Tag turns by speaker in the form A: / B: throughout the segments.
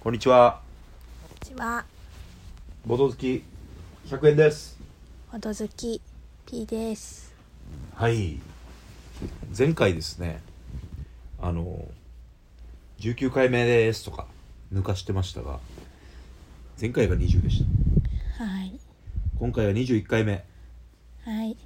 A: こんにちは。
B: こんにちは
A: ボト好き100円です。
B: ほど好き P です
A: はい。前回ですね、あの、19回目ですとか、抜かしてましたが、前回が20でした。
B: はい
A: 今回は21回目。
B: はい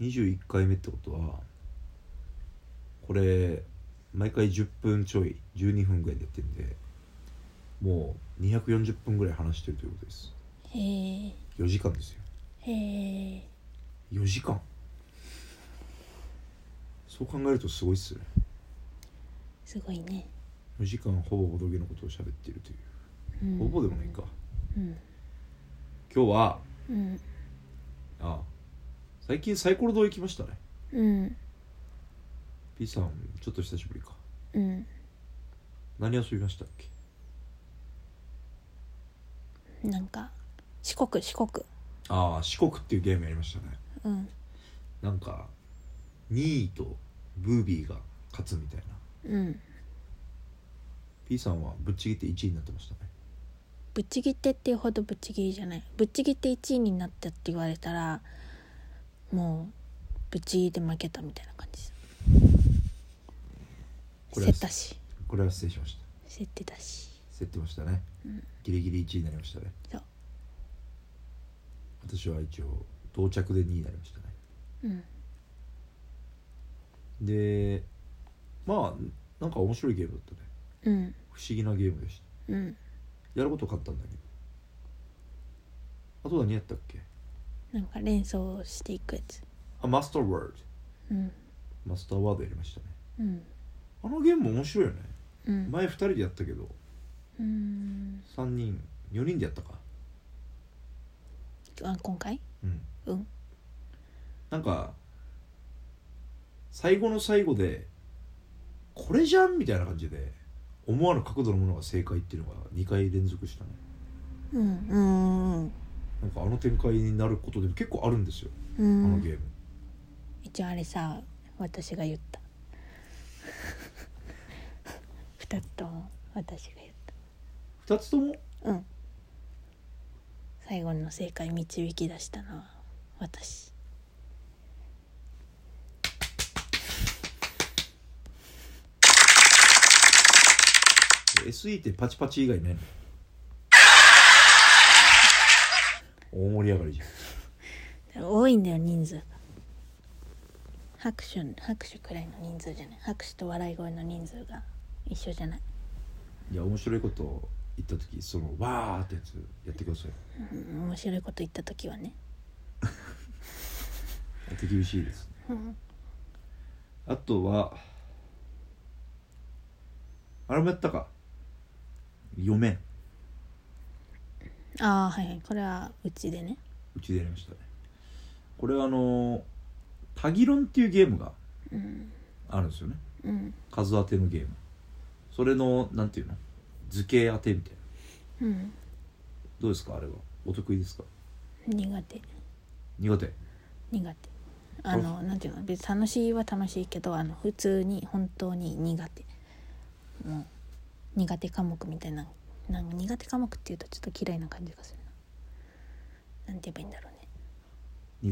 A: 21回目ってことは、これ、毎回10分ちょい、12分ぐらいでやってんで、もう240分ぐらい話してるということです。
B: へー
A: 4時間ですよ。
B: へー
A: 4時間そう考えるとすごいっすね
B: すごいね
A: 4時間ほぼボドゲのことを喋っているというう、
B: ん
A: ほぼでもないか
B: うん
A: 今日は
B: うん
A: あ最近サイコロ堂行きましたね
B: うん
A: P さんちょっと久しぶりか
B: うん
A: 何遊びましたっけ
B: なんか四国四国
A: ああ四国っていうゲームやりましたね
B: うん
A: なんか2位とブービーが勝つみたいな
B: うん
A: P さんはぶっちぎって1位になってましたね
B: ぶっちぎってっていうほどぶっちぎりじゃないぶっちぎって1位になったって言われたらもうぶっちぎりで負けたみたいな感じです
A: これ
B: 競
A: は
B: ったし
A: これは失礼しました
B: 競ってたし
A: 競ってましたね、ギリギリ1位になりましたね
B: そう
A: 私は一応到着で2位になりましたね
B: うん
A: でまあなんか面白いゲームだったね
B: うん
A: 不思議なゲームでし
B: うん
A: たやることは簡単だけどあと何やったっけ
B: なんか連想していくやつ
A: あマスターワード
B: うん
A: マスターワードやりましたね
B: うん
A: あのゲームも面白いよね
B: うん
A: 前2人でやったけど
B: うん
A: 3人4人でやったか
B: あ今回
A: うん
B: うん
A: なんか最後の最後でこれじゃんみたいな感じで思わぬ角度のものが正解っていうのが2回連続したね
B: うんうん
A: なんかあの展開になることでも結構あるんですよ、
B: う
A: あの
B: ん
A: ゲーム
B: 一応あれさ私が言った 二つとも私が言っ
A: 2つとも
B: たうん最後の正解導き出したのは私
A: え SE ってパチパチ以外ないの大盛り上がりじゃん
B: 多いんだよ人数が拍手拍手くらいの人数じゃない拍手と笑い声の人数が一緒じゃない
A: いや面白いこと言った時そのわーってやつやってください
B: うん面白いこと言った時はね
A: やって厳しいですね
B: うん
A: あとはあれもやったか読めん
B: ああはいはいこれはうちでね
A: うちでやりましたねこれはあのタギロンっていうゲームが
B: うん
A: あるんですよね
B: うん
A: 数当てのゲームそれのなんていうの図形当てみたいな
B: うん
A: どうですかあれはお得意ですか
B: 苦手
A: 苦手
B: 苦手あのなんていうの別に楽しいは楽しいけどあの普通に本当に苦手もう苦手科目みたいななんか苦手科目っていうとちょっと嫌いな感じがするななんて言えばいいんだろうね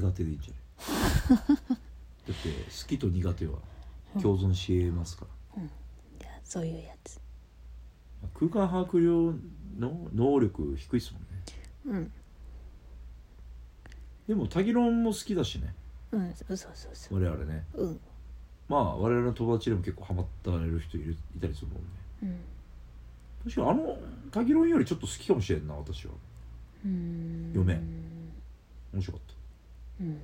A: 苦手でいいんじゃ ないだって好きと苦手は共存し得ますから、
B: じゃあそういうやつ
A: まあ空間把握量の能力低いですもんね
B: うん
A: でもタギロンも好きだしね
B: うんそうそうそうそ
A: 我々ね
B: ううん
A: まあ我々の友達でも結構ハマったる人いるいたりするもんね
B: うん
A: 確かにあのタギロンよりちょっと好きかもしれんな私は
B: うーん
A: 読めん面白かった
B: うん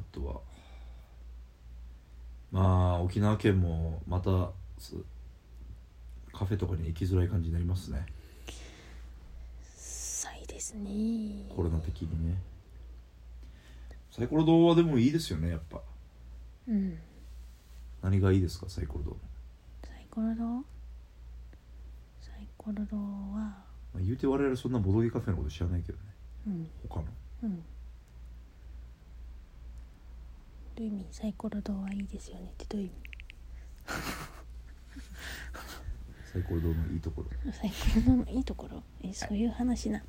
A: あとはまあ沖縄県もまたすカフェとかに行きづらい感じになりますね
B: 臭いですね
A: コロナ的にねサイコロ堂はでもいいですよねやっぱ
B: うん
A: 何がいいですかサイコロ堂、ま
B: サイコロ堂サイコロ堂は
A: あ、言うて我々そんなボドゲカフェのこと知らないけどね
B: うん
A: 他の
B: うんどういう意味サイコロ堂はいいですよねってどういう意
A: サイコロ堂のいいところ
B: 味サイコロ堂のいいところえそういう話な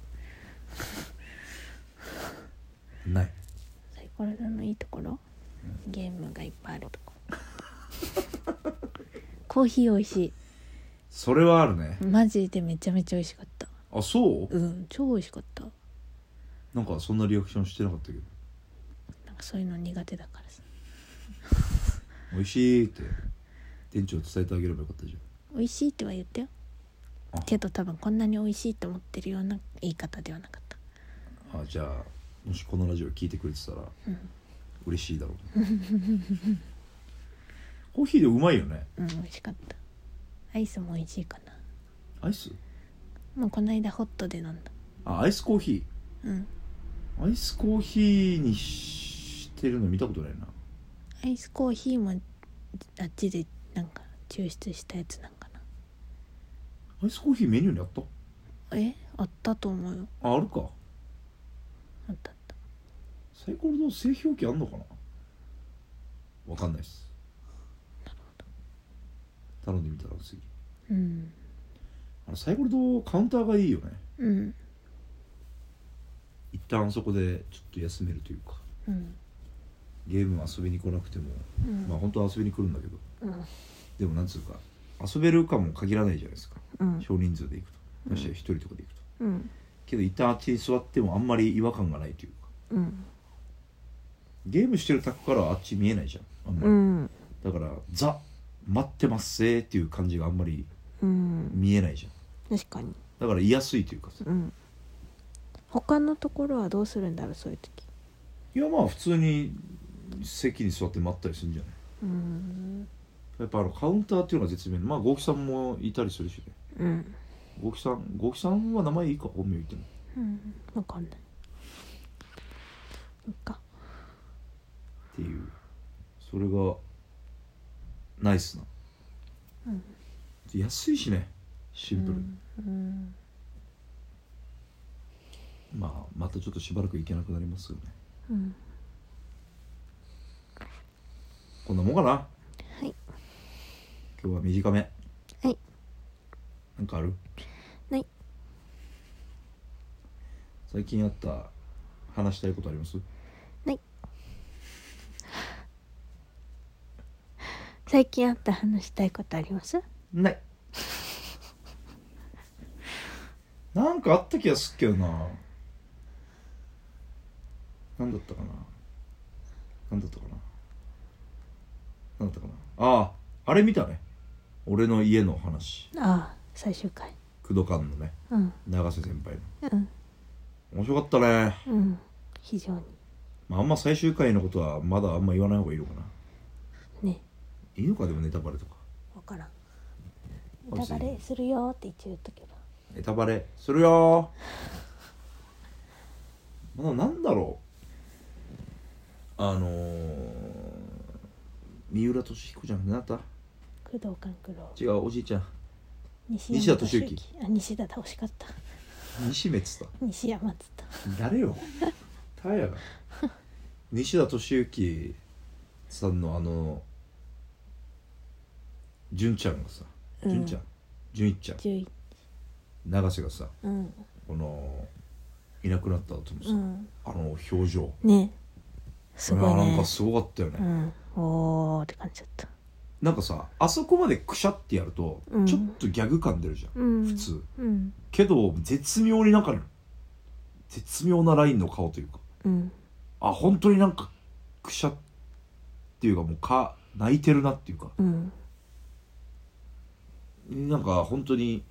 A: ない
B: サイコロ堂のいいところゲームがいっぱいあるとこコーヒー美味し
A: それはあるね
B: いマジでめちゃめちゃ美味しかった
A: あそう
B: うん超美味しかった
A: なんかそんなリアクションしてなかったけど
B: なんかそういうの苦手だからさ
A: 美味しいって店長伝えてあげればよかったじ
B: 美味しいっては言ったよ
A: ゃんあ
B: けど多分こんなに美味しいと思ってるような言い方ではなかった
A: あじゃあもしこのラジオ聞いてくれてたら、嬉しいだろうねコーヒーでうまいよね
B: うん美味しかったアイスも美味しいかな
A: アイス
B: もうこの間ホットで飲んだ
A: あアイスコーヒ
B: うん
A: ーアイスコーヒーにしてるの見たことないな
B: アイスコーヒーもあっちでなんか抽出したやつなんかな
A: アイスコーヒーメニューにあった
B: えあったと思うよ
A: ああるか
B: あったあった
A: サイコロの製氷機あんのかなわかんないっす頼んでみたら次
B: うん
A: あのサイコロとカウンターがいいよね
B: うん
A: 一旦そこでちょっと休めるというか
B: うん
A: ゲーム遊びに来なくても、
B: うん
A: まあ本当は遊びに来るんだけど
B: うん
A: でもなんつうか遊べるかも限らないじゃないですか
B: うん
A: 少人数で行くとましてや一人とかで行くと、
B: うん
A: けど一旦あっちに座ってもあんまり違和感がないというか
B: うん
A: ゲームしてる宅からはあっち見えないじゃんあんまり、
B: うん
A: だからザ待ってますせーっていう感じがあんまり
B: うん
A: 見えないじゃん
B: 確かに
A: だから居やすいというかさ
B: うん他のところはどうするんだろうそういう時
A: いやまあ普通に席に座って待ったりするんじゃない
B: うん
A: やっぱあのカウンターっていうのが絶妙まあ豪輝さんもいたりするしね
B: うん
A: 豪輝さん豪輝さんは名前いいか本名言っても
B: うんわかんないいいか
A: っていうそれがナイスな、安いしねシンプルに、
B: うん
A: まあまたちょっとしばらく行けなくなりますよね
B: うん
A: こんなもんかなはい今日は短め
B: はい
A: なんかある
B: ない
A: 最近あった話したいことあります
B: 最近あった話したいことあります
A: ないなんかあった気がすっけどななんだったかななんだったかななんだったかなあああれ見たね俺の家の話
B: ああ最終回
A: 工藤館のね
B: うん
A: 永瀬先輩の
B: うん
A: 面白かったね、
B: うん非常に
A: まあ、あんま最終回のことはまだあんま言わない方がいいのかな
B: ね
A: いいのかでもネタバレとか
B: 分からん
A: あ
B: ネタバレするよって一応言っとけば
A: ネタバレするよーまあなんだろうあのー、三浦俊彦じゃなくなった
B: 工藤官九郎
A: 違うおじいちゃん
B: 西
A: 西田敏行
B: あ西田倒しかった
A: 西滅だ
B: 西山っつった
A: 誰よタイヤが西田敏行さんのあの純ちゃんがさ
B: うん
A: 純ちゃん純一ちゃん
B: 11
A: 永瀬がさ
B: うん
A: このいなくなった後のさ、
B: うん
A: あの表情
B: ねすごい
A: やなん
B: ね
A: かすごかったよね、
B: うんおーって感じだった
A: なんかさあそこまでくしゃってやると、
B: うん
A: ちょっとギャグ感出るじゃん、
B: うん
A: 普通
B: うん
A: けど絶妙になんか絶妙なラインの顔というか
B: うん
A: あ本当になんかくしゃっていうかもうか泣いてるなっていうか
B: うん
A: なんか本当に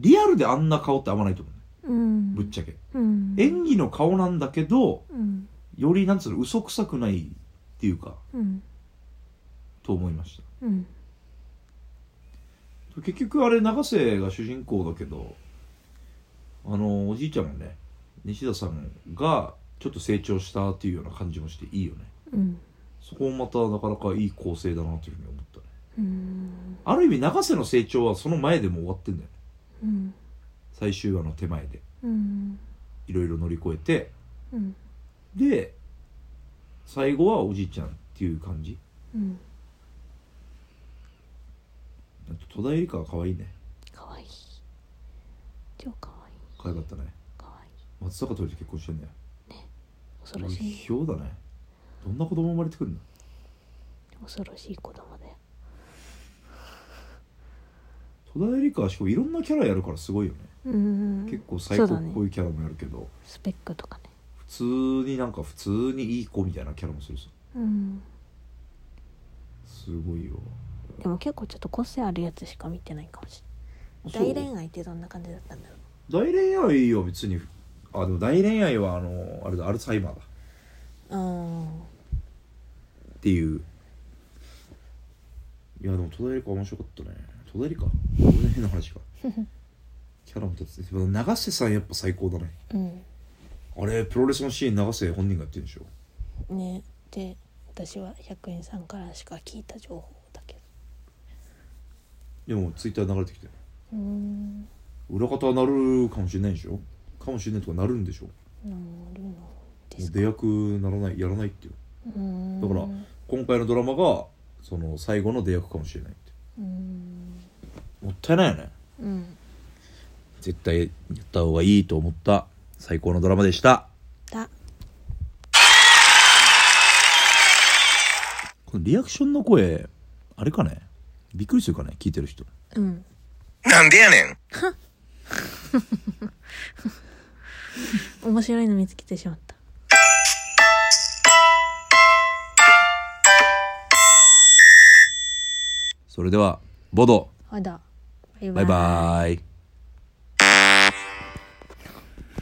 A: リアルであんな顔って合わないと思うね
B: うん
A: ぶっちゃけ
B: うん
A: 演技の顔なんだけど
B: うん
A: よりなんつうの嘘くさくないっていうか
B: うん
A: と思いました
B: うん
A: 結局あれ永瀬が主人公だけどあのおじいちゃんもね西田さんがちょっと成長したっていうような感じもしていいよね
B: うん
A: そこもまたなかなかいい構成だなというふうに思ったね
B: うん
A: ある意味永瀬の成長はその前でも終わってんだよね
B: うん
A: 最終話の手前で
B: うん
A: いろいろ乗り越えて
B: うん
A: で最後はおじいちゃんっていう感じ
B: うん
A: あと戸田恵梨香は可愛いね
B: かわいい超かわいい
A: 可愛かったね
B: かわいい
A: 松坂桃李と結婚してんだよ
B: 恐ろしい
A: ひょうだねどんな子供生まれてくるんだ
B: 恐ろしい子供だよ
A: 戸田恵梨香はしかもいろんなキャラやるからすごいよね、
B: うん
A: 結構最高
B: そうだ
A: っ
B: ね
A: ぽいキャラもやるけど、
B: スペックとかね
A: 普通になんか普通にいい子みたいなキャラもするさ
B: うん
A: すごいよ
B: でも結構ちょっと個性あるやつしか見てないかもしれない大恋愛ってどんな感じだったんだろう
A: そう大恋愛は別にあでも大恋愛はあのあれだアルツハイマーだ
B: うん
A: っていういやでも戸田恵梨香面白かったね戸田恵梨香これで変な話か キャラも立つ長瀬さんやっぱ最高だね
B: うん
A: あれプロレスのシーン長瀬本人がやってるんでしょ
B: ねで私は百円さんからしか聞いた情報だけ
A: で
B: ど
A: もツイッター流れてきて
B: うーん
A: 裏方はなるかもしれないでしょかもしれないとかなるんでしょも
B: なるので
A: う
B: すか
A: 出役ならないやらないっていう
B: うーん
A: だから
B: う
A: 今回のドラマがその最後の出役かもしれないって
B: ーん
A: もったいないよね
B: うん
A: 絶対やった方がいいと思った最高のドラマでした
B: だ
A: このリアクションの声あれかねびっくりするかね聞いてる人
B: うん
C: なんでやねん
B: 面白いの見つけてしまった
A: それではボド
B: ほどバイ
A: バイバイ